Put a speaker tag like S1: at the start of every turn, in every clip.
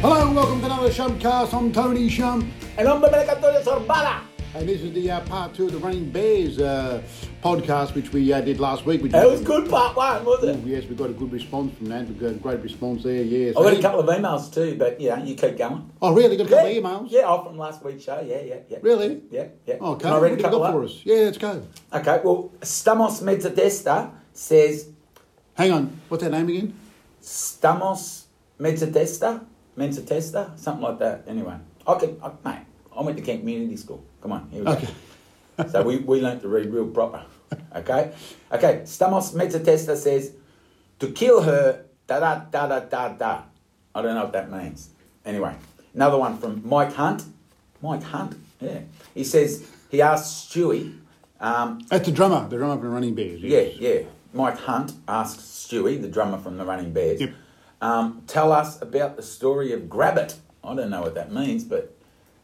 S1: Hello, welcome to another Shumpcast. I'm Tony Shump,
S2: El hombre me le de Sorbala.
S1: and this is the uh, part two of the Running Bears uh, podcast, which we uh, did last week. Which
S2: It was good part one, wasn't
S1: Ooh,
S2: it?
S1: yes, we got a good response from that. We got a great response there. Yes.
S2: I got a couple of emails too, but yeah, you keep going.
S1: Oh, really? Got a couple of emails?
S2: Yeah, oh, from last week's show. Yeah, yeah, yeah.
S1: Really?
S2: Yeah, yeah.
S1: Oh, okay.
S2: Can I
S1: What
S2: read
S1: have you
S2: a
S1: got
S2: couple
S1: for
S2: up?
S1: us? Yeah, let's go.
S2: Okay, well, Stamos Mezzadesta says,
S1: Hang on. What's that name again?
S2: Stamos Mezzadesta? Mezzadesta? Something like that. Anyway, I can, I, mate, I went to Kent Community School. Come on, here we
S1: Okay.
S2: go. so we, we learnt to read real proper. Okay? Okay, Stamos Mezzatesta says, to kill her, da da da da da da. I don't know what that means. Anyway, another one from Mike Hunt. Mike Hunt, yeah. He says, he asked Stewie, um,
S1: That's the drummer. The drummer from the Running Bears.
S2: yeah,
S1: Yes.
S2: yeah. Mike Hunt asks Stewie, the drummer from the Running Bears,
S1: Yep.
S2: um, tell us about the story of Grabbit. I don't know what that means, but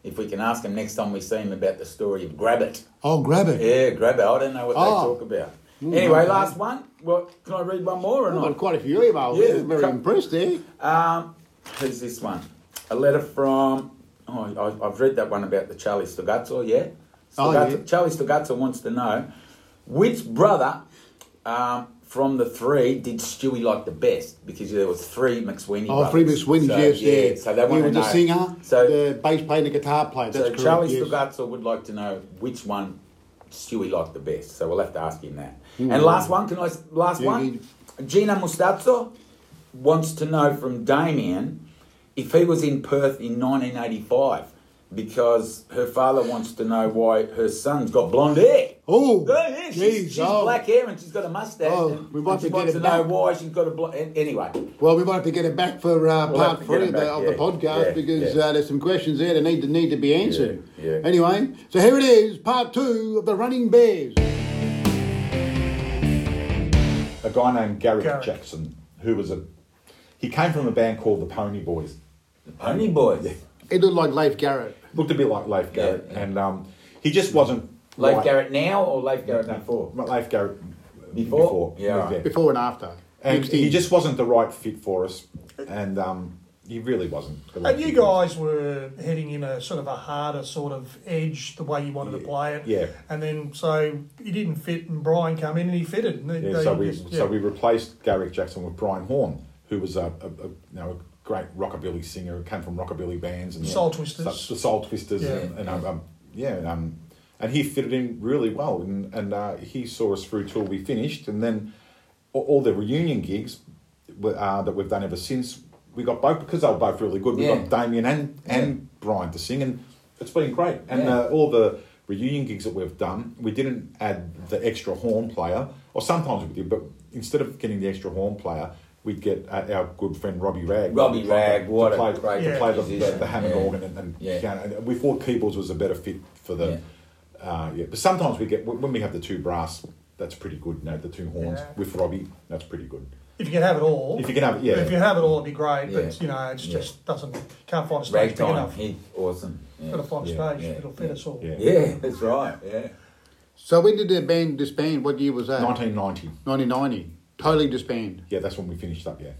S2: if we can ask him next time we see him about the story of Grabbit.
S1: Oh, grab it.
S2: Yeah, grab it. I don't know what
S1: Oh.
S2: they talk about. Anyway,
S1: okay.
S2: last one. Well, can I read one more
S1: I've
S2: or
S1: got
S2: not?
S1: quite a few emails.
S2: Yeah.
S1: Yeah. Very impressed there.
S2: Um, who's this one? A letter from. Oh, I, I've read that one about the Charlie Stugazzo, yeah?
S1: Oh, yeah.
S2: Stugazzo- Charlie Stugazzo wants to know which brother um, from the three did Stewie like the best? Because there was three McSweeney
S1: Oh,
S2: brothers.
S1: three Miss Winnies,
S2: So,
S1: yes,
S2: yeah.
S1: yeah.
S2: So they want
S1: He
S2: to
S1: was
S2: know.
S1: the singer,
S2: So
S1: the bass player, and the guitar player. That's
S2: So
S1: correct.
S2: Charlie
S1: yes.
S2: Stugazzo would like to know which one Stewie liked the best. So we'll have to ask him that.
S1: Hmm.
S2: And last one, can I? s- Last
S1: Yeah,
S2: one. Gina Mustazzo wants to know from Damien if he was in Perth in 1985 because her father wants to know why her son's got blonde hair.
S1: Oh,
S2: Yeah, yeah, she's,
S1: geez,
S2: she's
S1: oh.
S2: black hair and she's got a mustache.
S1: Oh,
S2: and,
S1: we might
S2: and she
S1: have to
S2: wants
S1: get
S2: to
S1: it
S2: know
S1: back.
S2: why she's got a blonde. Anyway,
S1: Well, we might have to get it back for uh,
S2: We'll have
S1: part
S2: to get
S1: three of,
S2: it
S1: the,
S2: back,
S1: of
S2: yeah,
S1: the podcast
S2: yeah,
S1: because
S2: yeah.
S1: Uh, there's some questions there that need to need to be answered.
S2: Yeah, yeah.
S1: Anyway, so here it is, part two of the Running Bears.
S3: a guy named Garrick,
S2: Garrick.
S3: Jackson, who was a he came from a band called the Pony Boys.
S2: Pony Boys.
S1: It looked like Leif Garrett.
S3: Looked a bit like Leif Garrett,
S2: yeah.
S3: and um, he just wasn't
S2: Leif
S3: right.
S2: Garrett now or Leif Garrett before?
S3: Not Leif Garrett
S2: Before? Yeah,
S3: was
S2: right.
S3: there.
S1: Before and after.
S3: and
S1: Mixed
S3: he
S1: in.
S3: just wasn't the right fit for us, and um, he really wasn't. the right
S4: And you
S3: fit for us.
S4: guys were heading in a sort of a harder sort of edge the way you wanted to play it.
S3: yeah.
S4: And then so he didn't fit, and Brian came in and he fitted. And they,
S3: Yeah,
S4: they
S3: so we
S4: just- yeah.
S3: so we replaced Garrick Jackson with Brian Horn, who was a, a, a you know a great rockabilly singer, who came from rockabilly bands and
S4: Soul Twisters.
S3: such- the Soul Twisters,
S4: Yeah.
S3: and, and um, um, yeah, and, um, and he fitted in really well, and and uh, he saw us through till we finished, and then all, all the reunion gigs were, uh, that we've done ever since. We got both because they were both really good. We
S2: Yeah.
S3: got Damien and and Brian to sing, and it's been great. And
S2: Yeah.
S3: uh, all the reunion gigs that we've done, we didn't add the extra horn player, or sometimes we did, but instead of getting the extra horn player, we'd get uh, our good friend Robbie Ragg.
S2: Robbie
S3: to
S2: Ragg,
S3: play-
S2: what a
S3: to play,
S2: great
S3: to play the, the,
S2: musician,
S3: the Hammond
S2: yeah.
S3: organ and, and
S2: Yeah.
S3: piano. And We thought keyboards was a better fit for the.
S2: Yeah.
S3: Uh, yeah, but sometimes we get when when we have the two brass, that's pretty good. You know, the two horns
S4: Yeah.
S3: with Robbie, that's pretty good.
S4: if you can have it all.
S3: If you can have it, yeah.
S4: If you have it all, it'd be great.
S2: Yeah.
S4: But, you know, it's
S2: Yeah.
S4: just doesn't, can't find a stage big
S2: Ragtime.
S4: enough.
S2: He, awesome. Yeah.
S4: Got to find a
S2: Yeah,
S4: stage
S2: yeah,
S4: that'll
S2: yeah.
S4: fit us all.
S3: Yeah.
S2: Yeah, that's right. Yeah.
S1: so when did the band disband? What year was that?
S3: 1990.
S1: 1990. Totally disband.
S3: Yeah, that's when we finished up. Yeah.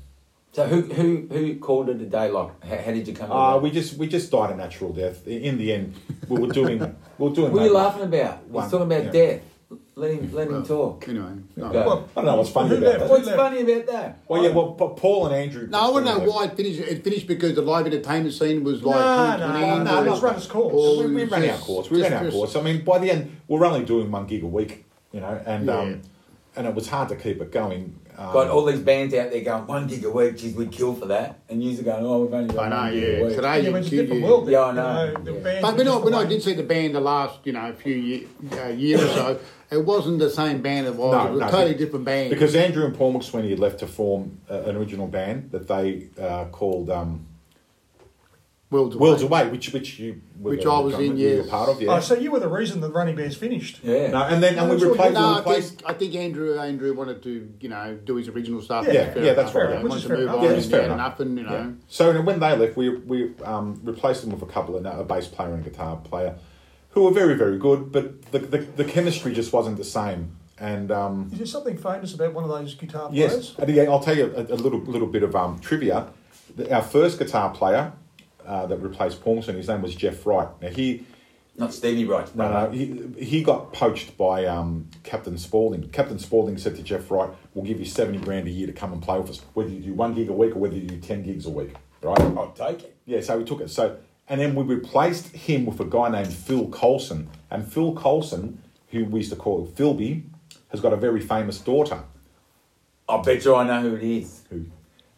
S2: So who who who called it a day? Like, how, how did you come?
S3: Uh,
S2: up
S3: we
S2: with
S3: just we just died a natural death. I- In the end, we were doing we were doing.
S2: that? What are you
S3: that.
S2: laughing about? He's
S3: One,
S2: talking about
S3: yeah.
S2: death. Let him let him
S1: Well,
S2: talk.
S1: Anyway. No,
S2: Go.
S4: Well,
S3: I don't know what's funny
S4: who
S3: about
S4: left?
S3: that.
S4: Who
S2: What's
S4: left?
S2: funny about that?
S3: Well, yeah, well, Pa- Paul and Andrew.
S1: no I wouldn't know why it finished. It finished because the live entertainment scene was like.
S4: No,
S1: coming to an
S4: no,
S1: end
S3: no,
S1: or-
S3: no,
S4: it's run its course.
S1: or
S3: We, we ran
S1: just-
S3: our course. We ran
S1: just-
S3: our course. I mean, by the end, we were only doing one gig a week, you know, and
S1: Yeah.
S3: um, and it was hard to keep it going. Um,
S2: Got all these bands out there going one gig a week. Jeez, we'd kill for that. And you're going, oh, we've only got
S1: I know,
S2: one gig a
S1: yeah.
S2: week.
S1: Today,
S4: Yeah,
S1: you
S4: but it's a
S1: you-
S4: different world.
S2: Yeah, I
S4: you
S2: know.
S4: the
S2: Yeah.
S4: bands
S1: But
S4: are
S1: when I,
S4: just
S1: when I
S4: away.
S1: did see the band the last, you know, few year, uh, year or so, it wasn't the same band it was. it was a totally
S3: be-
S1: different band.
S3: Because Andrew and Paul McSweeney had left to form uh, an original band that they uh, called um,
S1: Worlds Away.
S3: Worlds Away, which which you were
S1: Which
S3: the
S1: I was
S3: drummer-
S1: in,
S3: you were
S1: yes.
S3: part of, yeah.
S4: Oh, so you were the reason the Running Bears finished.
S2: Yeah.
S3: no, and then and we
S4: No, it's all
S3: replaced.
S1: No,
S3: we
S1: I
S3: replaced
S1: think, I think Andrew Andrew wanted to, you know, do his original stuff.
S4: Yeah,
S1: Fair
S3: yeah,
S1: enough.
S3: that's right.
S1: He wanted
S4: Which
S1: to
S4: is
S1: move
S4: fair
S1: on.
S4: enough.
S3: Yeah, it's
S1: and
S3: fair
S1: he had
S3: enough.
S1: enough, and you know,
S3: Yeah. So when they left, we we um, replaced them with a couple of a bass player and a guitar player, who were very very good, but the the, the chemistry just wasn't the same. And um,
S4: Is there something famous about one of those guitar players?
S3: yes, and yeah, I'll tell you a, a little little bit of um, trivia. The- Our first guitar player uh, that replaced Paulson. His name was Jeff Wright. Now he
S2: Not Stevie Wright.
S3: no, no, he, he got poached by um, Captain Spaulding. Captain Spaulding said to Jeff Wright, "We'll give you seventy grand a year to come and play with us, whether you do one gig a week or whether you do ten gigs a week." Right?
S2: I'll take it.
S3: Yeah, so we took it. So and then we replaced him with a guy named Phil Colson. And Phil Colson, who we used to call Philby, has got a very famous daughter.
S2: I bet you I know who it is.
S3: Who?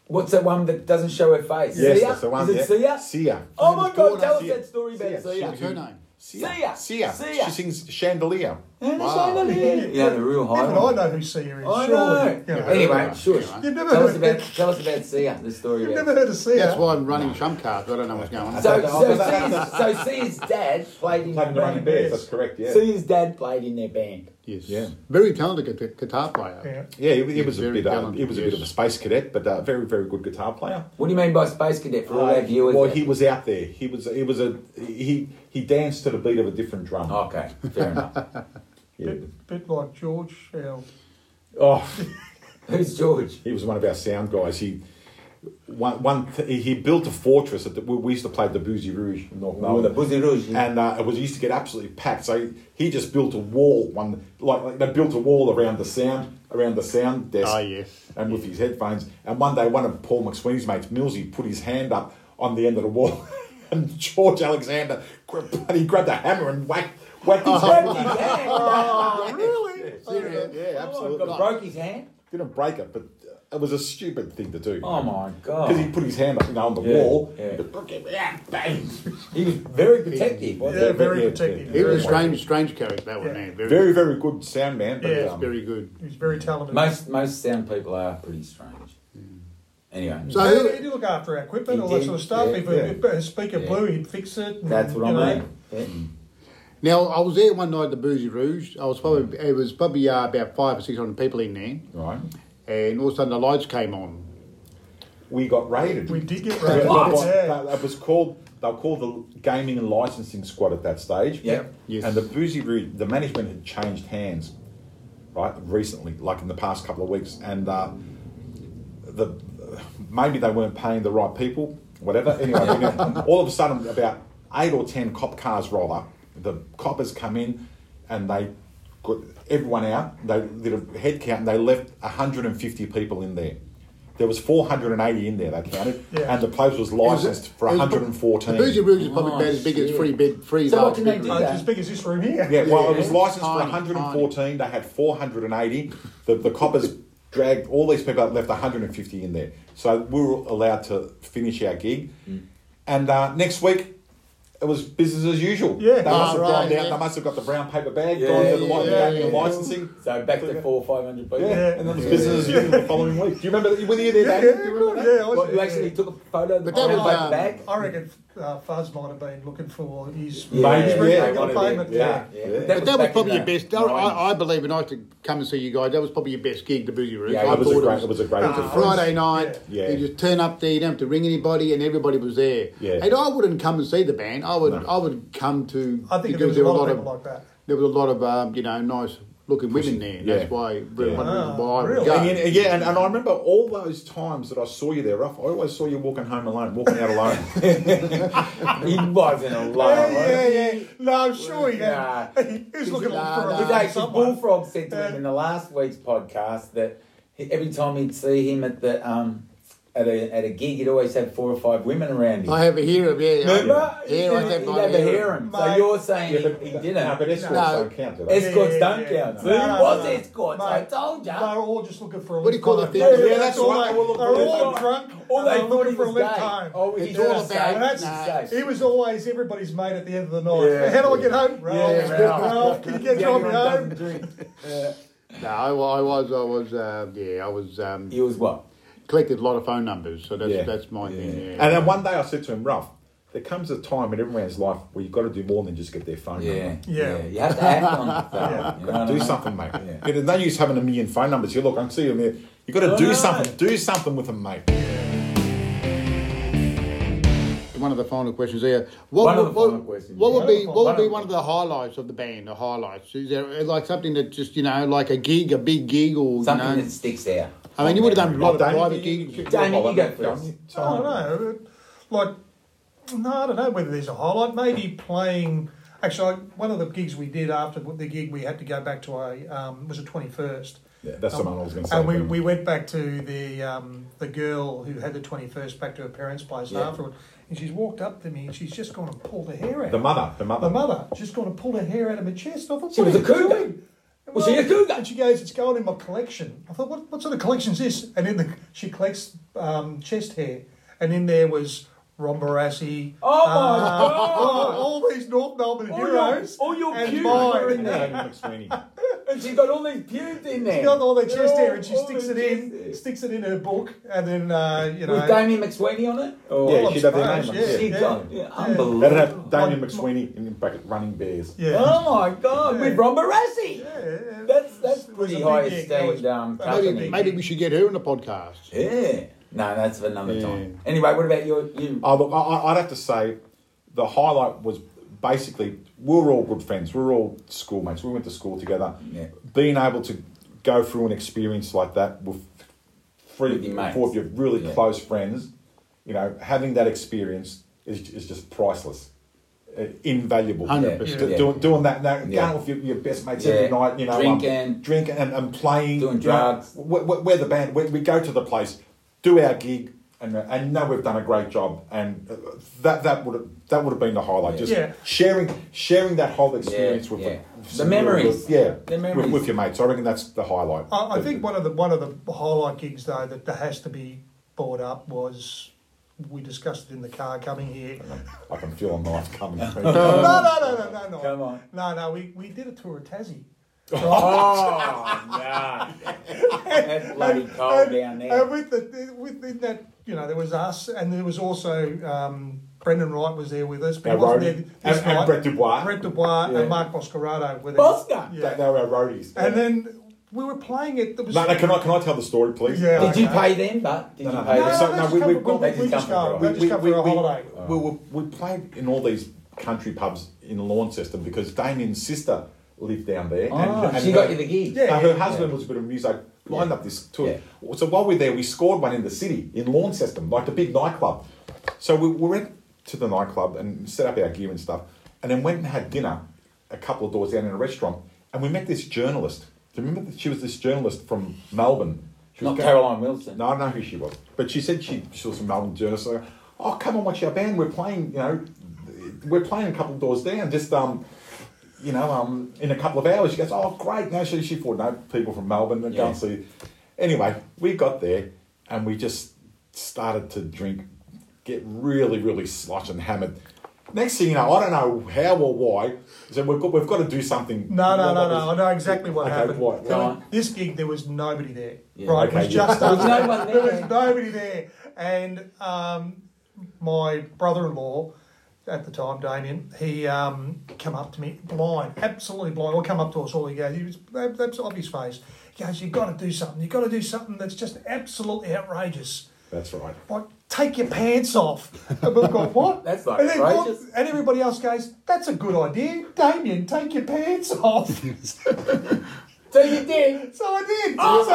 S2: What's that one that doesn't show her face?
S3: Yes,
S2: Sia?
S3: that's the one,
S2: Is it
S3: yeah.
S2: Sia?
S3: Sia.
S2: Oh my God!
S1: Daughter,
S2: Tell us
S3: Sia.
S2: that story about
S3: Sia,
S2: Sia.
S1: What's her name?
S2: Sia.
S3: Sia.
S2: Sia.
S3: She sings Chandelier.
S1: Wow.
S2: Yeah, the real high
S4: Even I
S2: one.
S4: know who Sia is.
S2: I
S4: surely.
S2: know.
S4: You know.
S2: Anyway, shush.
S4: You've never
S2: Tell
S4: heard
S2: us
S4: of
S2: about
S4: it.
S2: tell us about Sia. The story
S4: You've
S2: about.
S4: never heard of Sia.
S1: That's why I'm running trump cards. I don't know what's going on.
S2: So,
S3: Don't know.
S2: so, Sia's, so Sia's dad played in
S3: Played
S2: the
S3: Running
S2: band.
S3: Bears, that's correct, yeah.
S2: Sia's dad played in their band.
S1: Yes.
S3: Yeah.
S1: Very talented guitar, guitar player.
S4: Yeah.
S3: Yeah, he, he
S1: He's
S3: was a
S1: very
S3: bit. Uh,
S1: talented,
S3: he was a bit
S1: yes.
S3: of a space cadet, but uh, very, very good guitar player.
S2: What do you mean by space cadet for all our viewers?
S3: Uh, well, he was out there. He was. He was a. He he danced to the beat of a different drum.
S1: Oh,
S2: Okay, fair enough.
S3: Yeah.
S4: Bit, bit like George. uh, Our,
S3: oh
S2: Who's George?
S3: He was one of our sound guys. He one, one th- he built a fortress that we we used to play at the Boozy Rouge in North
S2: Oh, the
S3: Melbourne.
S2: Boozy Rouge.
S3: and uh, it was used to get absolutely packed. So he just built a wall, one like, like they built a wall around the sound, around the sound desk.
S1: Ah, yes.
S3: And with his headphones. And one day, one of Paul McSweeney's mates, Millsy, put his hand up on the end of the wall, and George Alexander grabbed, he grabbed a hammer and whacked whacked his hand.
S2: oh, really?
S1: Serious?
S3: Yeah, absolutely.
S2: Oh, got- broke his hand?
S3: Didn't break it, but it was a stupid thing to do.
S2: Oh my
S3: Because he
S2: god.
S3: put his hand up, you know, on the
S2: Yeah,
S3: wall.
S2: yeah.
S3: But broke it, yeah, bang.
S2: He was very protective. wasn't
S4: yeah,
S2: he?
S4: very
S3: yeah,
S4: protective.
S3: yeah.
S1: He
S4: very,
S1: was a strange, strange character, that one,
S4: Yeah.
S1: man. Very,
S3: Very, very good sound man. But,
S4: Yeah.
S3: um,
S1: very good.
S4: He was very talented.
S2: Most most sound people are pretty strange. Anyway,
S1: So-
S4: Yeah, he did look after our equipment,
S2: He
S4: all that
S2: did,
S4: sort of stuff.
S2: yeah,
S4: if
S3: yeah.
S4: a, a speaker
S2: Yeah.
S4: blew, he'd fix it. and,
S2: that's what
S4: you
S2: I
S4: know.
S2: mean. Yeah.
S1: Now, I was there one night at the Boozy Rouge. I was probably, it was probably uh, about five or six hundred people in there.
S3: right.
S1: And all of a sudden the lights came on.
S3: We got raided.
S4: We did get
S3: That-
S4: raided.
S3: that was-
S4: Yeah.
S3: that- that was called. They were called the gaming and licensing squad at that stage.
S2: Yeah.
S1: Yes.
S3: And the boozy route, the management had changed hands, right? Recently, like in the past couple of weeks, and uh, the maybe they weren't paying the right people, whatever. Anyway, you know, all of a sudden, about eight or ten cop cars roll up. The coppers come in, and they got everyone out. They did a head count, and they left 150 people in there. There was 480 in there. They counted,
S4: Yeah.
S3: and the place was
S1: was-
S3: licensed for
S1: it was-
S3: 114.
S1: The Boozy Rouge is probably
S2: Oh,
S1: about as big as
S2: shit.
S1: three bed, three
S2: So what
S1: large
S2: can they
S1: bedrooms.
S2: do?
S4: Oh, it's as big as this room here.
S3: Yeah, well, it was
S2: Yeah.
S3: licensed for
S1: Tiny,
S3: 114. They had 480. The, the coppers dragged all these people out, left 150 in there. So we were allowed to finish our gig. And uh, next week, it was business as usual.
S4: Yeah.
S3: They must have
S1: Ah,
S3: gone
S1: right,
S3: down,
S1: yeah.
S3: they must have got the brown paper bag,
S2: Yeah,
S3: gone to the
S2: yeah,
S3: li-
S1: yeah,
S3: gaming and
S1: yeah.
S3: licensing.
S2: So back to four five hundred people.
S3: Yeah, and then it was business as
S4: Yeah.
S3: usual the following week. Do you remember that? Were you there,
S4: Yeah,
S3: Dave?
S4: yeah,
S3: Do you remember
S4: yeah,
S3: that?
S4: I was-
S2: What, you actually took a photo of the
S1: But that was, um,
S2: bag?
S4: I reckon uh, Fuzz might have been looking for his
S2: Yeah,
S3: Maybe,
S4: his
S3: yeah,
S4: regular
S3: they
S2: wanted
S4: payment.
S2: it, yeah, yeah.
S3: Yeah.
S1: But that was
S2: back
S1: probably
S2: in
S1: your
S2: the
S1: best. that- I, I
S2: 90s.
S1: believe when I used to come and see you guys, that was probably your best gig, the Boozy Rouge.
S2: Yeah,
S1: I
S3: It was a
S1: thought
S3: great, it was a great
S1: It's a
S3: gig.
S1: Friday night.
S3: Yeah.
S1: You just turn up there. You don't have to ring anybody, and everybody was there.
S3: Yeah.
S1: And I wouldn't come and see the band. I would. I would come to.
S4: I think
S1: because
S4: there was a lot of people like that.
S1: There was a lot of um, you know nice looking women there.
S3: yeah.
S1: That's why.
S3: Yeah.
S1: why I would
S4: Ah, really?
S1: go.
S3: And you- yeah, and, and I remember all those times that I saw you there, Ruff. I always saw you walking home alone, walking out alone.
S2: He wasn't alone.
S4: Yeah, yeah, yeah. No, I'm sure he
S2: Nah.
S4: had. He was looking
S1: Nah,
S4: for
S1: nah.
S4: a
S2: Because
S4: nah.
S2: actually, Bullfrog said to him in the last week's podcast that he, every time he'd see him at the um, at a at a gig, he'd always have four or five women around him.
S1: I have a hero. Yeah.
S2: Remember?
S1: Yeah,
S2: He'd
S1: I
S2: have-
S1: had
S2: he'd
S1: my
S2: have a
S1: harem.
S2: harem. So
S4: Mate.
S2: you're saying
S3: Yeah, but-
S2: he, he
S3: No, but
S2: didn't.
S3: escorts
S1: No.
S3: don't count, do they?
S4: Yeah,
S2: Escorts
S4: yeah,
S2: don't
S4: yeah.
S2: count. See,
S4: No,
S2: he
S4: no,
S2: was
S4: no.
S2: escorts. I
S4: Mate,
S2: told
S4: They
S2: ya.
S4: were all just looking for a
S1: What do you call
S4: left
S1: that
S4: home.
S1: thing? Yeah,
S3: that's
S4: all
S3: right.
S4: they-
S3: They were looking-
S4: They were all
S2: All-
S4: drunk.
S2: all they
S4: were
S2: thought he
S4: looking for a
S2: was
S4: left
S2: gay.
S4: home.
S2: Oh, he
S1: It's all
S2: did it.
S1: about-
S2: Safe,
S4: That's-
S2: safe.
S4: He was always everybody's mate at the end of the night.
S2: Yeah.
S4: How do I get home? Ralph,
S2: Yeah, Ralph.
S4: Ralph, can you get
S2: Yeah,
S4: John
S2: everyone
S4: home?
S2: doesn't drink.
S1: No, I, I was. I was. Uh, yeah, I was. Um,
S2: He was what?
S1: collected a lot of phone numbers. So that's
S3: Yeah.
S1: that's my thing. Yeah.
S3: And then one day I said to him, Ruff, there comes a time in everyone's life where you've got to do more than just get their phone
S2: Yeah.
S3: number.
S4: Yeah.
S2: You have to act on it. though.
S4: Yeah.
S2: You know what I
S3: Do
S2: mean?
S3: something, mate.
S2: Yeah.
S3: You know, no use having a million phone numbers. You look, I can see you there. You've got to
S2: No,
S3: do
S2: no,
S3: something. Do something with them, mate.
S1: One of the final questions there. What
S2: One
S1: would,
S2: of the
S1: what,
S2: final questions,
S1: what
S2: yeah.
S1: would be
S4: One of the-
S1: what would
S2: one
S1: be
S2: of
S1: one of
S2: the-
S1: the highlights of the band? The highlights is there like something that just you know like a gig, a big gig, or
S2: Something
S1: you know.
S2: that sticks out.
S1: I mean, you would have done a lot of
S3: Damien,
S1: private
S3: you- you-
S1: gigs.
S3: you-
S2: Damien, you
S3: I'll
S2: go
S3: let
S2: first.
S3: Damien,
S4: I don't know. Like, No, I don't know whether there's a highlight. Maybe playing. Actually, I, one of the gigs we did after the gig, we had to go back to a um, was a twenty first.
S3: Yeah, that's the one I was going to say.
S4: And we,
S3: but-
S4: we went back to the um, the girl who had the twenty first back to her parents' place
S2: Yeah.
S4: afterward, and she's walked up to me and she's just gone and pulled her hair out.
S3: the mother, the mother.
S4: The mother just gone and pulled her hair out of my chest. I thought,
S2: She
S4: what
S2: was
S4: are
S2: a
S4: you
S2: cougar.
S4: doing?
S2: Was she a cougar?
S4: And she goes, it's going in my collection. I thought, what, what sort of collection's this? And in the she collects um, chest hair, and in there was Ron Barassi. um,
S2: Oh my God.
S4: all, all these North Melbourne
S2: All your-
S4: heroes.
S2: all your
S4: and
S2: cute
S4: mine.
S2: hair in there.
S3: David McSweeney.
S2: And she got all these pubes in there.
S4: She got all their chest hair, and she
S2: All
S4: sticks
S2: the
S4: it in,
S2: chest hair.
S4: sticks it in her book, and then uh, you know.
S2: With Damien McSweeney on it? Or
S3: Yeah,
S4: I'm
S3: she'd have their
S4: surprised,
S3: name on it,
S2: She
S4: yeah.
S2: got yeah,
S3: That'd
S2: unbelievable.
S3: have Damien McSweeney in the bracket, running bears.
S4: yeah.
S2: Oh my god, with Ron Barassi.
S4: yeah.
S2: That's that's
S4: It was
S2: pretty
S4: a
S2: high
S4: big gig. That
S2: esteemed
S4: was-
S2: um,
S4: that was a
S2: company.
S4: big
S1: Maybe we should get her in the podcast.
S2: Yeah. No, that's for another
S3: Yeah.
S2: time. Anyway, what about your you?
S3: Oh, look, I- I, I'd have to say the highlight was basically we were all good friends. We were all schoolmates. We went to school together.
S2: Yeah.
S3: Being able to go through an experience like that with three,
S2: With your mates.
S3: four of your really
S2: Yeah.
S3: close friends, you know, having that experience is, is just priceless. Uh, invaluable.
S1: Hundred
S2: percent.
S3: Do-
S2: Yeah.
S3: Doing, doing that, that
S2: Yeah.
S3: going with your, your best mates
S2: Yeah.
S3: every night, you know, um,
S2: Drinking.
S3: drinking and, and playing,
S2: Doing
S3: you know,
S2: drugs.
S3: we're, we're we're the band. We, we go to the place, do our gig, and uh, and know we've done a great job. And uh, that that would that would have been the highlight. Just
S4: Yeah.
S3: sharing sharing that whole experience with
S2: yeah.
S3: with
S2: The
S3: some
S2: memories.
S3: with- yeah,
S2: The
S3: with-
S2: memories.
S3: With, your mates. I reckon that's the highlight.
S4: I, I
S3: The-
S4: think one of the one of the highlight gigs though that, that has to be brought up was we discussed it in the car coming here.
S3: I can feel a knife coming.
S4: No, no, no, no, no, no.
S2: Come on.
S4: No, no, we, we did a tour of Tassie.
S2: Oh no. That's bloody cold Oh, down there.
S4: And with the within that, you know, there was us, and there was also um, Brendan Wright was there with us, but he
S3: Our
S4: wasn't there
S3: roadie.
S4: this
S3: And- and
S4: night.
S3: Brett Dubois.
S4: Brett Dubois
S3: Yeah.
S4: and Mark Boscarado were there.
S2: Oscar.
S4: Yeah.
S3: They- they were our roadies.
S4: And then we were playing it. There was
S3: no, no, can I can I tell the story, please?
S4: Yeah.
S2: Did you
S4: Okay.
S2: pay them, but did
S3: No,
S2: you
S3: no,
S2: pay
S4: no,
S2: them?
S4: no,
S3: So,
S4: no,
S3: no,
S4: just
S3: we-
S4: come
S3: we-
S4: for-
S2: they just
S4: we
S2: come
S4: just
S2: for a
S4: go.
S2: drive.
S4: We just come for a holiday.
S3: We, we, we played in all these country pubs in Launceston because Damien's sister lived down there.
S2: Oh, she got you the gig.
S4: Yeah.
S3: Uh, her husband was a bit of music. Lined up this tour. So while we're there, we scored one in the city in Launceston, like the big nightclub. So we, we went to the nightclub and set up our gear and stuff, and then went and had dinner a couple of doors down in a restaurant, and we met this journalist. Do you remember? that She was this journalist from Melbourne. She was
S2: Not
S3: go-
S2: Caroline Wilson.
S3: no, I don't know who she was, but she said she, she was from Melbourne journalist. So, oh, come and watch our band. We're playing, you know, we're playing a couple doors down. Just um, you know, um, in a couple of hours. She goes, oh, great. No, she she thought no people from Melbourne and go
S2: Yeah.
S3: and see. Anyway, we got there and we just started to drink, get really really slush and hammered. Next thing you know, I don't know how or why. So we've got we've got to do something.
S4: No, no,
S3: What-
S4: no,
S3: what
S4: no. I
S3: was-
S4: know exactly what
S3: Okay,
S4: happened.
S3: what?
S4: So
S2: Right.
S4: This gig, there was nobody there.
S2: Yeah.
S4: Right,
S3: Okay,
S4: it was
S3: yeah.
S4: just
S3: There
S2: was
S4: us.
S2: no one there.
S4: was nobody there. And um, my brother-in-law at the time, Damien, he um, come up to me blind, absolutely blind. Well, come up to us all. He goes, he was that- that's off his face. He goes, you've got to do something. You've got to do something that's just absolutely outrageous
S3: That's right.
S4: like, take your pants off. And we've gone, what?
S2: That's not
S4: and then
S2: outrageous.
S4: what- and everybody else goes, that's a good idea. Damien, take your pants off.
S2: So you did.
S4: so I did.
S2: Oh,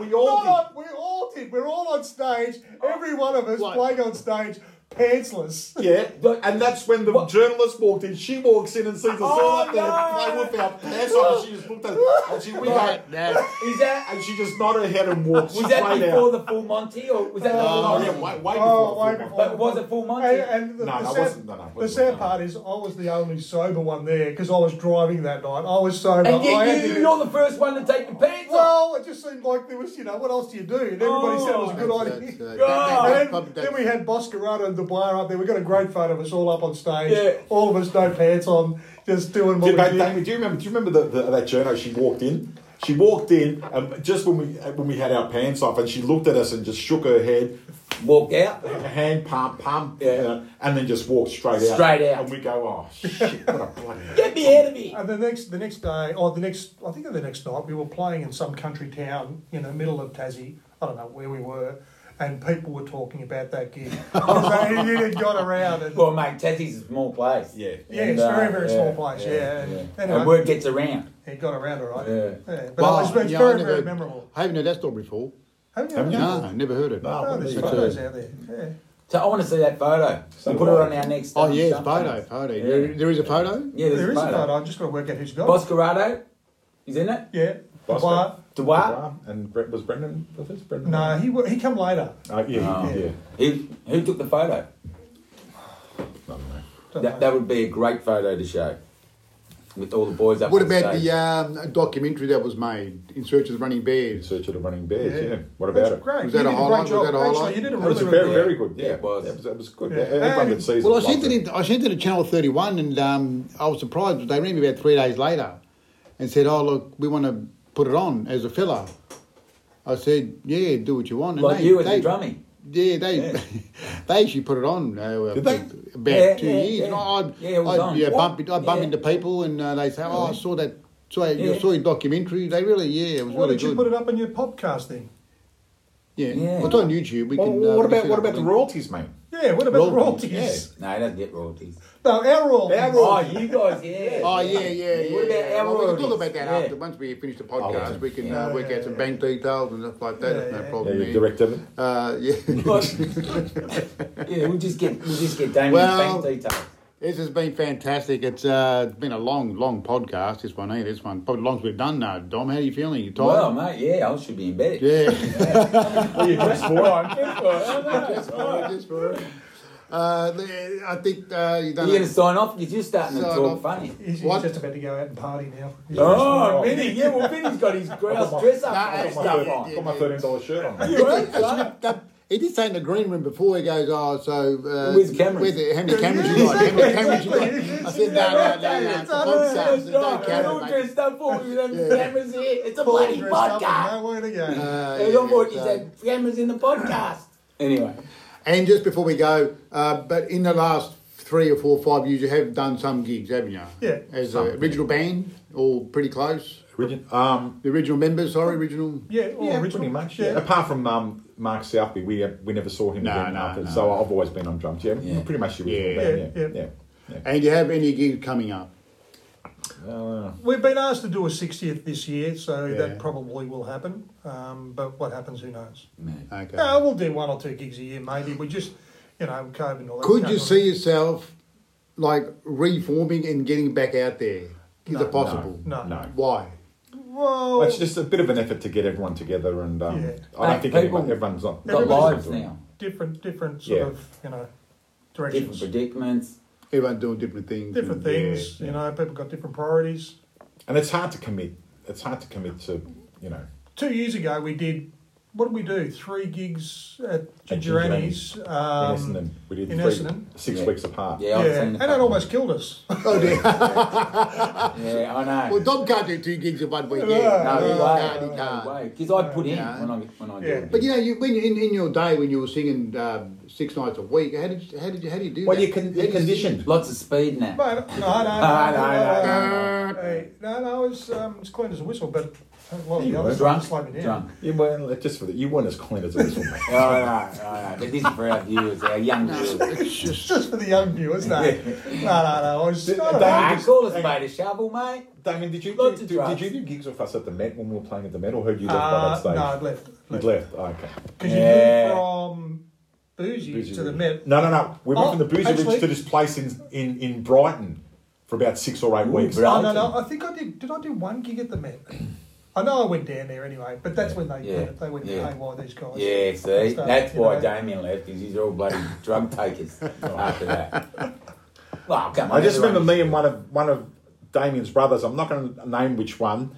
S4: so,
S3: we all
S4: No, no, we all did. We're all on stage.
S2: Ah,
S4: Every one of us
S1: What?
S4: playing on stage, pantsless.
S3: Yeah, but, and that's when the journalist walked in. She walks in and sees us all up there
S2: Oh, no.
S3: playing with our pants on. and She just looked at us and she went out
S1: Right, that-
S2: Is that
S3: and she just nodded her head and walked
S2: was
S3: straight
S2: that before
S3: out.
S2: the full Monty or was that
S3: oh,
S2: after
S3: yeah,
S2: the
S3: way,
S2: Monty?
S3: way
S4: Oh,
S3: before.
S4: way
S3: the full month.
S4: before.
S2: But was it full Monty?
S4: And, and the,
S3: No,
S4: the
S3: no, it
S4: sad,
S3: wasn't- no, no, it
S4: the
S3: wasn't.
S4: sad
S3: No.
S4: part is I was the only sober one there because I was driving that night. I was sober.
S2: and
S4: I
S2: yet
S4: had
S2: you,
S4: to-
S2: you're the first one to take your pants off.
S4: well, it just seemed like there was, you know, what else do you do? And everybody said it was a good
S1: That's-
S4: idea.
S1: that's, uh, that-
S2: God.
S1: that-
S4: And
S1: that-
S4: then, then we had Boscarado and Dubois up there. We got a great photo of us all up on stage.
S2: Yeah.
S4: All of us no pants on, just doing what
S3: Did,
S4: we
S3: babe,
S4: did.
S3: Damien, do you remember? Do you remember the, the, that journo? She walked in. She walked in, and just when we when we had our pants off, and she looked at us and just shook her head,
S2: Walked out.
S3: hand palm palm,
S2: Yeah.
S3: uh, and then just walked straight out.
S2: Straight out.
S3: And we go, oh shit, what a bloody.
S2: Get me out of here.
S4: And the next, the next day, or the next, I think the next night, we were playing in some country town in the middle of Tassie. I don't know where we were, and people were talking about that gig. so it, it had got around. And,
S2: Well, mate, Tassie's a small place.
S3: Yeah.
S4: yeah,
S2: And,
S4: it's
S2: uh,
S4: very, very small
S2: yeah,
S4: place. Yeah,
S2: yeah,
S4: and
S2: And
S4: anyway,
S2: word gets around.
S4: it got around all right.
S2: Yeah.
S4: but
S1: Well,
S4: it's, it's
S1: yeah, I
S4: very,
S1: never-
S4: very memorable.
S1: I haven't heard that story before.
S4: Haven't you?
S3: Haven't you?
S1: No, I never heard it.
S3: No.
S4: Oh, there's
S1: That's
S4: photos
S1: a-
S4: out there. Yeah.
S2: So I want to see that photo.
S3: So
S2: we put
S3: do
S2: it
S3: I.
S2: on our next.
S1: Oh
S2: um,
S1: yeah, it's
S2: something.
S1: photo, photo.
S2: Yeah.
S1: There- there is a photo.
S2: Yeah, there's
S4: there is a photo. I've just got to work out who's got it.
S2: Boscarado, is in it?
S4: Yeah.
S3: Bosco.
S4: Well,
S2: Dwyer.
S3: Dwyer And Brett was Brendan with us? Brendan?
S4: No, he wa- he come later.
S3: Oh, yeah,
S2: Oh.
S3: yeah. yeah.
S2: Who, who took the photo?
S3: I don't know.
S4: Don't
S2: That,
S4: know.
S2: that would be a great photo to show with all the boys up
S1: What
S2: on
S1: about
S2: stage.
S1: the um, documentary that was made in search of the running
S3: In
S1: bears?
S3: search of the running bears, yeah. What
S4: That's
S3: about it?
S4: Great.
S1: Was
S4: You
S1: that a
S4: did
S1: highlight?
S4: Great
S1: Was
S4: job.
S1: that a highlight?
S4: Actually, you did a
S2: That
S3: It was
S2: a
S4: really, really
S3: very, very
S4: good
S3: good. Yeah,
S2: Yeah, it was.
S3: That was, that was good.
S4: Yeah.
S3: Everyone that sees
S1: Well, I
S3: it
S1: sent
S3: loves
S1: it in, I sent it to Channel Thirty One, and um, I was surprised they rang me about three days later, and said, "Oh look, we want to put it on as a filler." I said, "Yeah, do what you want." And
S2: Like
S1: they,
S2: you and
S1: they-
S2: the drumming.
S1: Yeah, they
S2: Yeah.
S1: they actually put it on. Uh,
S3: Did
S1: for
S3: they?
S1: About
S2: Yeah,
S1: two
S2: yeah,
S1: years.
S2: yeah.
S1: And I'd,
S2: Yeah, it was
S1: I'd,
S2: on.
S1: yeah, bump,
S2: What?
S1: I'd bump
S2: Yeah.
S1: into people, and uh, they say, "Oh, I saw that." Saw that,
S2: Yeah.
S1: You saw your documentary. They really, yeah, it was
S4: Why
S1: really
S4: did you
S1: good.
S4: put it up on your podcast thing?
S1: Yeah.
S2: Yeah.
S1: it's on YouTube. We
S3: Well,
S1: can. uh,
S3: Oh, what
S1: we
S3: about
S1: can
S3: what
S1: put
S3: about the
S1: it-
S3: royalties, mate?
S4: Yeah, what about the
S3: Royalties,
S4: royalties?
S2: No, he doesn't get royalties.
S4: No, our royalties.
S3: Our
S2: Oh,
S3: royalties.
S2: you guys, yeah.
S1: Oh yeah, yeah, yeah.
S2: What
S1: well, we
S2: about our
S1: can talk
S2: royalties?
S1: about that
S2: Yeah. Oh,
S1: after once we finish the podcast.
S3: yeah.
S1: We can
S4: Yeah,
S1: uh, work
S4: yeah,
S1: out some
S4: yeah.
S1: bank details and stuff like that.
S4: Yeah,
S1: That's no
S4: yeah.
S3: Yeah,
S1: problem.
S3: your
S1: there.
S3: direct debit.
S1: Uh, yeah.
S2: yeah, we'll just get we'll just get Damien's
S1: Well-
S2: bank details.
S1: This has been fantastic. It's uh, it's been a long, long podcast. This one, here, this one, probably long as we've done now. Dom, how are you feeling? You tired?
S2: Well, mate, yeah, I should be in bed.
S1: yeah.
S3: Oh, you just
S1: Just for it, just for it. Uh, the- I think uh, you
S2: You're
S1: done.
S2: going to
S1: it.
S2: sign off. You're just starting to
S1: Sign
S2: talk
S1: off.
S2: funny.
S4: He's, he's
S1: What?
S4: just about to go out and party now. He's
S2: Oh, Vinny, yeah, well, Vinny's got his grouse dress up
S1: Nah,
S2: and
S1: it's
S2: stuff
S1: not-
S2: on.
S3: Got my thirteen dollars shirt on. mate.
S2: You alright, son?
S1: That- that- He did say in the green room before he goes, "Oh, so uh,
S2: Where's the cameras?
S1: where's the- how many cameras you got? How many cameras you got?" I said, "No, no, no, no, it's a podcast. There's no
S2: We're all
S1: camera, mate."
S2: dressed up for you. There's
S1: Yeah.
S2: cameras here. It's a
S4: all
S2: bloody
S4: dressed up and
S2: podcast.
S4: Nowhere to go.
S1: Uh,
S2: There's all
S1: yeah,
S2: more- you
S1: so-
S2: said cameras in the podcast. Anyway,
S1: And just before we go, uh, but in the last three or four, five years, you have done some gigs, haven't you?
S4: Yeah.
S1: As the original band, or pretty close.
S3: Origin- Um,
S1: The original members, sorry, original.
S4: yeah, all
S3: yeah,
S4: original.
S3: pretty much. Yeah. Apart from um, Mark Southby, we uh, we never saw him
S1: No,
S3: again
S1: no,
S3: after.
S1: no.
S3: So I've always been on drums. Yeah,
S2: Yeah.
S3: pretty much the original
S1: Yeah.
S3: band.
S4: Yeah,
S3: Yeah,
S4: yeah.
S3: yeah. yeah.
S1: And you have any gigs coming up?
S3: Uh,
S4: We've been asked to do a 60th this year, so
S1: Yeah.
S4: that probably will happen. Um, but what happens, who knows?
S1: Okay.
S4: No, we'll do one or two gigs a year, maybe. We just, you know, COVID and all that.
S1: Could you
S4: going on.
S1: see yourself like reforming and getting back out there? Is
S4: No.
S1: it possible?
S4: No.
S3: No.
S1: Why?
S4: Well,
S3: Well, it's just a bit of an effort to get everyone together, and um,
S4: Yeah.
S3: I don't
S2: Mate,
S3: think
S2: people-
S3: anyone, everyone's not.
S2: got
S4: Everybody's
S2: lives
S3: doing it.
S2: now,
S4: different, different sort
S3: Yeah.
S4: of, you know,
S2: different
S4: directions, different,
S2: predicaments.
S1: Everyone doing different things. and-
S4: things.
S1: yeah.
S4: You know, people got different priorities.
S3: And it's hard to commit. It's hard to commit to you know.
S4: Two years ago, we did. What did we do? Three gigs at
S3: At
S4: Gigerani's. Um,
S3: in Essendon, we did
S4: in
S3: three,
S4: Essendon?
S3: six
S2: Yeah.
S3: weeks apart.
S2: Yeah,
S4: Yeah,
S2: I've seen
S4: and
S2: the
S4: it
S2: photo.
S4: almost killed us.
S1: Oh dear.
S2: Yeah, I know.
S1: well, Dom can't do two gigs in one weekend.
S4: No,
S2: no,
S1: he
S2: no
S1: can't,
S2: way,
S1: he can't.
S2: no way. Because I put in
S1: Yeah.
S2: when I when I do.
S4: Yeah.
S2: it.
S1: But you know, you, when you, in, in your day when you were singing um, six nights a week, how did you, how did you, how do you do
S3: Well,
S1: that?
S3: you can
S1: How do
S3: you're
S1: you-
S3: conditioned.
S2: Lots of speed now.
S4: No, no, no, no,
S2: Ah, no, no,
S4: no,
S2: no, no.
S4: no. Hey, no, no, it was um, it's clean as a whistle, but a lot of
S3: You
S4: the
S3: were
S4: others
S2: Drunk,
S4: slow me down.
S2: drunk.
S3: Yeah, well, just for that, you weren't as clean as a whistle, mate.
S2: Oh, no, no, no. But this is for our viewers, our young viewers.
S1: It's just-
S4: It's just for the young viewers, no, no, no, no. I was just, I don't know,
S2: Ah,
S3: just-
S2: call us mate a shovel, mate.
S3: Damien, did you do,
S2: Lots of
S3: do,
S2: drugs.
S3: did you do gigs with us at the Met when we were playing at the Met, or heard you left by
S4: Uh,
S3: that stage?
S4: no, I'd left.
S3: You'd left. Oh, okay.
S4: Because you
S2: Yeah.
S4: moved from Bougie,
S3: Boozy
S4: to the
S3: Ridge.
S4: Met.
S3: No, no, no. We went
S4: Oh,
S3: from the Boozy
S4: actually-
S3: Ridge to this place in, in, in Brighton for about six or eight
S2: Ooh,
S3: weeks.
S2: Brighton.
S4: Oh, No, no, no. I think I did. Did I do one gig at the Met? I know I went down there anyway, but that's when they
S2: Yeah.
S4: they went
S2: Yeah.
S4: yeah. why these guys.
S2: Yeah, see,
S4: Stuff,
S2: that's
S4: you
S2: why
S4: know.
S2: Damien left, because he's all bloody drug takers after that. Well, come on.
S3: I just
S2: everyone
S3: remember
S2: is-
S3: me and one of one of Damien's brothers. I'm not going to name which one.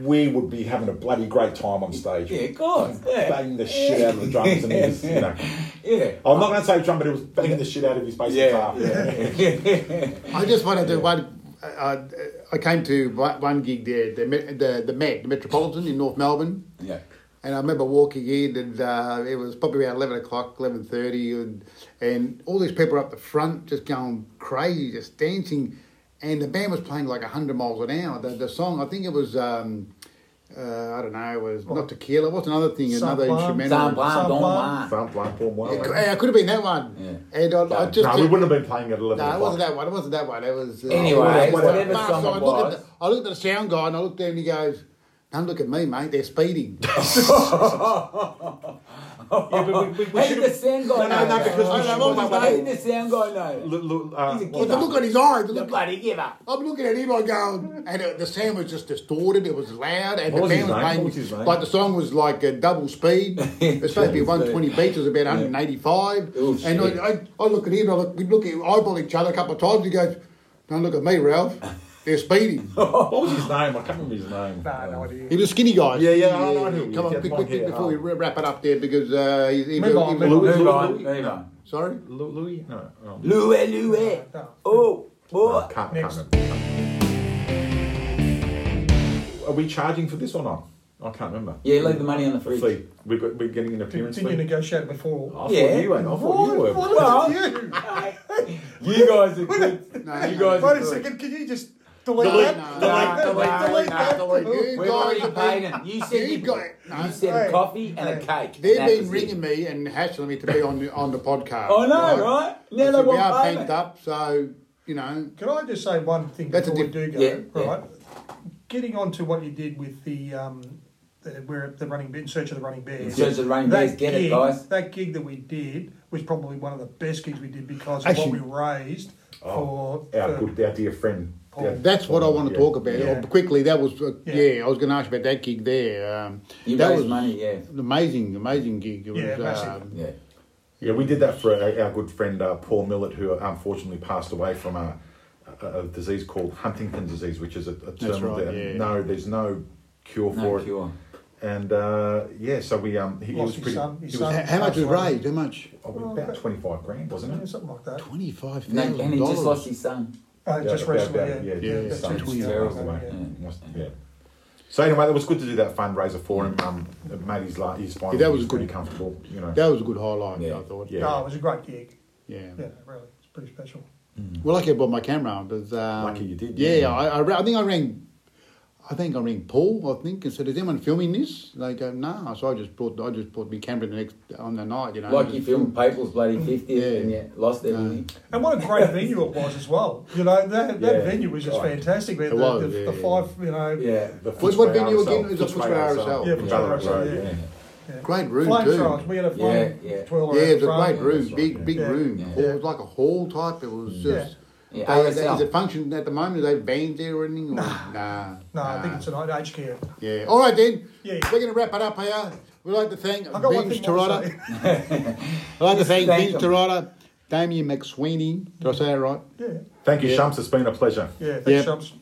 S3: We would be having a bloody great time on stage,
S2: Yeah, of course. Yeah.
S3: banging the shit out of the drums, and he was, you know,
S2: Yeah.
S3: I'm not going to say drum, but he was banging the shit out of his bass guitar.
S1: I just wanted to one. I, I- I came to one one gig there, the Me- the the Met, the Metropolitan in North Melbourne,
S2: Yeah.
S1: and I remember walking in, and uh, it was probably around eleven o'clock, eleven thirty, and and all these people up the front just going crazy, just dancing, and the band was playing like hundred miles an hour. The, the song, I think it was. Um, uh, I don't know. It was not tequila. What's another thing? Another
S4: Saint-Blanc.
S1: instrumental.
S2: San Juan, Don Juan.
S3: Front blank, form one.
S1: It, could- it could have been that one.
S2: Yeah.
S1: And I, I
S2: No,
S1: just
S3: No, we wouldn't have been playing at 11
S1: no, it wasn't
S3: o'clock.
S1: that one. It wasn't that one. It was uh,
S2: Anyway,
S1: it was-
S2: whatever
S1: Mark,
S2: song
S1: so
S2: it
S1: I looked
S2: was.
S1: at the, I looked at the sound guy and I looked at him and he goes, Don't look at me, mate. They're speeding.
S3: Yeah, but we, we,
S2: How
S3: we
S2: did the
S3: should
S2: sound guy
S3: No, no,
S2: know?
S3: no, because we
S2: that?
S3: should-
S2: How did the sound guy know?
S3: look, look, uh,
S2: He's a
S1: Well,
S2: giver.
S1: the look on his eye. The
S2: The
S1: look,
S2: bloody giver.
S1: I'm looking at him. I'm going, and uh, the sound was just distorted. It was loud, and
S3: What was
S1: the
S3: his
S1: band was
S3: name?
S1: playing
S3: What was his name?
S1: like the song was like uh, double speed. It's supposed to be
S2: Double
S1: 120 beats. It was about 185.
S2: Oh,
S1: and
S2: shit.
S1: I, I, I look at him. I look, we look at eyeball each other a couple of times. He goes, "Don't look at me, Ralph. They're speeding."
S3: what was his name? I can't remember his name. Uh,
S4: No, no idea.
S1: He was skinny guy.
S3: Yeah, yeah, I know who he
S1: Come
S3: is.
S1: on, quick,
S3: Yeah, my
S1: quick, quick
S3: hair,
S1: before we
S3: huh?
S1: wra- wrap it up there because uh, he, he,
S4: Move
S1: he-
S4: on,
S1: he-
S2: Move
S4: move on.
S3: Louis-
S2: on,
S3: Louis-
S2: move on.
S1: Sorry.
S3: Lu- Louis? No. um,
S2: Louie, Louie.
S4: No.
S2: Oh,
S3: I
S2: boy.
S3: can't,
S4: Next.
S3: can't remember. Are we charging for this or not? I can't remember.
S2: Yeah, leave the money on the fridge.
S3: Fleet. We've got, we're getting an
S4: Did,
S3: appearance
S4: did you
S3: fee.
S4: negotiate before?
S3: Oh, I
S2: Yeah.
S3: thought you went. I thought you
S4: What?
S3: were.
S4: What
S2: Well-
S4: is you?
S2: You guys are good.
S1: No,
S2: You
S1: no,
S2: guys
S4: Wait
S2: are
S4: a
S2: good.
S4: second, can you just delete,
S1: Delete,
S4: that?
S1: no,
S2: no,
S4: delete that?
S2: no,
S4: Delete
S2: no,
S4: that?
S2: delete.
S1: You
S2: We've already
S1: guys have
S2: paid
S1: been-
S2: him. You said
S1: You
S2: you,
S1: got it. No.
S2: you said a
S4: Hey.
S2: coffee and a
S4: Hey.
S2: cake.
S1: They've
S2: That
S1: been
S2: was
S1: ringing
S2: it.
S1: me and hassling me to be on the, on the podcast.
S2: I know, right?
S1: I
S2: Now they
S1: said, we
S2: want
S1: are
S2: payment.
S1: banked up, so you know.
S4: Can I just say one thing
S1: That's a
S4: before we do
S1: diff-
S4: go?
S2: yeah, yeah.
S4: right. Getting on to what you did with the um, the, where the running in search of the running bears.
S2: In Search of the Running
S4: That
S2: Bears, get it,
S4: gig,
S2: guys.
S4: That gig that we did was probably one of the best gigs we did because of
S1: Actually-
S4: what we raised for.
S3: Oh, Our
S4: for
S3: good, our dear friend.
S4: Paul.
S3: Yeah.
S1: That's what I want to
S3: Yeah.
S1: talk about.
S4: Yeah.
S1: Oh, quickly, that was uh,
S4: Yeah.
S1: yeah. I was going to ask about that gig there. Um,
S2: You
S1: that
S2: raised
S1: was
S2: money, yeah.
S1: an amazing, amazing gig. It
S4: Yeah,
S1: was,
S4: massive.
S1: um,
S2: Yeah.
S3: Yeah, we did that for our, our good friend uh, Paul Millett, who unfortunately passed away from a, a, a disease called Huntington disease, which is a, a terminal.
S1: right,
S3: that-
S1: yeah.
S3: No, there's no cure
S2: No
S3: for
S2: cure.
S3: it. And uh, yeah, so we um, he, he
S4: Lost
S3: was
S4: his
S3: pretty.
S4: son, his
S3: he
S1: h-
S3: was
S4: son.
S1: how much was raised? How much?
S3: oh, about twenty five grand, wasn't
S4: yeah,
S3: it?
S4: something like that.
S1: Twenty five
S2: And,
S1: thousand
S2: and he just lost
S1: dollars.
S2: his son.
S4: Uh,
S3: Yeah,
S4: just
S3: about
S4: recently,
S3: that, yeah,
S4: yeah.
S3: yeah,
S4: yeah,
S1: it's
S4: two,
S1: something Mm,
S4: three years
S2: terrible,
S4: ago,
S2: mate.
S4: yeah.
S2: Yeah.
S3: Must- yeah. So anyway, it was good to do that fundraiser for him. Um, it made his life, his final
S1: Yeah, that was
S3: years
S1: good.
S3: pretty comfortable. You know.
S1: That was a good highlight.
S2: Yeah.
S1: I thought.
S3: Yeah.
S4: No, it was a great gig.
S1: yeah.
S4: Yeah, really, it's pretty special.
S1: Well, lucky I bought my camera. But, um,
S3: Lucky you did,
S1: Yeah,
S3: yeah.
S1: I, I, ra- I think I rang. I think I rang Paul. I think and said, "Is anyone filming this?" They go, "No." so I just brought I just brought my camera the next on the night. You know,
S2: Like
S1: Just
S2: you filmed People's bloody 50th
S1: Yeah.
S2: and you lost everything.
S4: And what a great venue it was as well. You know, that, that
S3: Yeah,
S4: venue was just
S3: right.
S4: fantastic. We had
S1: It
S4: the,
S1: was,
S4: the,
S1: yeah,
S4: the five, you know,
S2: Yeah.
S3: The
S1: What- what
S3: Footsway
S1: venue
S3: RSL,
S1: again? It was a
S3: Footswray
S1: Footsway
S3: RSL,
S1: RSL.
S4: Yeah, Footsway
S3: Ballarat
S4: RSL,
S3: Road,
S4: yeah.
S1: Great room too.
S4: flamethrowers. We had a flame
S2: Yeah, yeah.
S4: twirler.
S1: Yeah,
S4: out
S1: it was a
S4: front.
S1: great room,
S3: that's
S1: big,
S3: right,
S1: big
S4: yeah.
S1: room.
S2: Yeah.
S1: It was like a hall type. It was just.
S2: Yeah.
S1: They, they,
S2: RSL.
S1: is it function at the moment? Are they banned there or anything? Or? Nah. nah.
S4: No, I think it's an aged care.
S1: Yeah. All right, then.
S4: Yeah.
S1: We're going to wrap it up here. We'd like to thank
S4: I got one
S1: Vince
S4: thing more to
S1: Tirada.
S4: say.
S1: I'd like to thank
S2: Thank
S1: Vince
S2: them.
S1: Tirada, Damien McSweeney. Did I say that right?
S4: Yeah,
S3: Thank you,
S1: Yeah.
S3: Shams. It's been a pleasure.
S4: yeah, thanks,
S1: Yeah.
S4: Shams.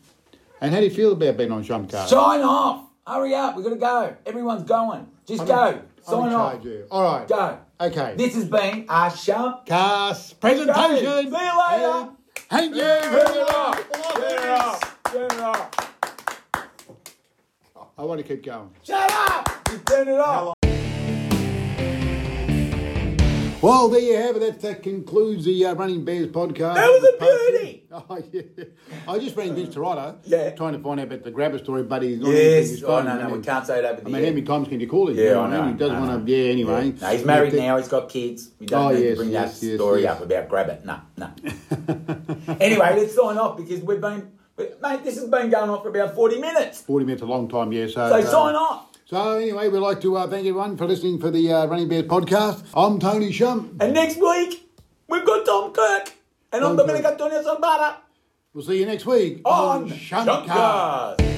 S1: And how do you feel about being on Shumcar?
S2: Sign off. Hurry up. We've got to go. Everyone's going. Just go. Sign off.
S1: All right.
S2: Go.
S1: Okay.
S2: This has been our show.
S1: cast presentation.
S2: Go. See you later.
S1: And thank you.
S2: Turn it off.
S1: I want to keep going.
S2: Shut up! You turn it off.
S1: Well, there you have it. That, that concludes the uh, Running Bears podcast.
S2: That was a
S1: Part two.
S2: beauty.
S1: Oh, yeah. I just rang Vince Torado,
S2: Yeah.
S1: trying to find out about the grabber story, but he's not
S2: Yes.
S1: he's
S2: Oh,
S1: fine.
S2: no,
S1: I
S2: no,
S1: mean,
S2: we can't say it over
S1: I
S2: the
S1: mean,
S2: air.
S1: how many times can you call it?
S2: Yeah, I
S1: mean,
S2: know.
S1: He doesn't
S2: I
S1: want
S2: know.
S1: to. Yeah, anyway.
S2: No, he's married
S1: But-
S2: now. He's got kids. We
S1: Oh,
S2: don't need
S1: yes,
S2: to bring
S1: yes,
S2: that
S1: yes,
S2: story
S1: yes.
S2: up about grab it. No, no. anyway, let's sign off because we've been, but, mate. This has been going on for about forty minutes.
S1: 40 minutes, a long time, yeah. So,
S2: So
S1: uh,
S2: sign off.
S1: So, anyway, we'd like to uh, thank everyone for listening for the uh, Running Bears podcast. I'm Tony Shum.
S2: And next week we've got Tom Kirk, and
S1: Tom
S2: I'm
S1: Kirk.
S2: Domenico Antonio Salvara
S1: We'll see you next week
S2: on
S1: Shumcast.
S2: Shumpcast.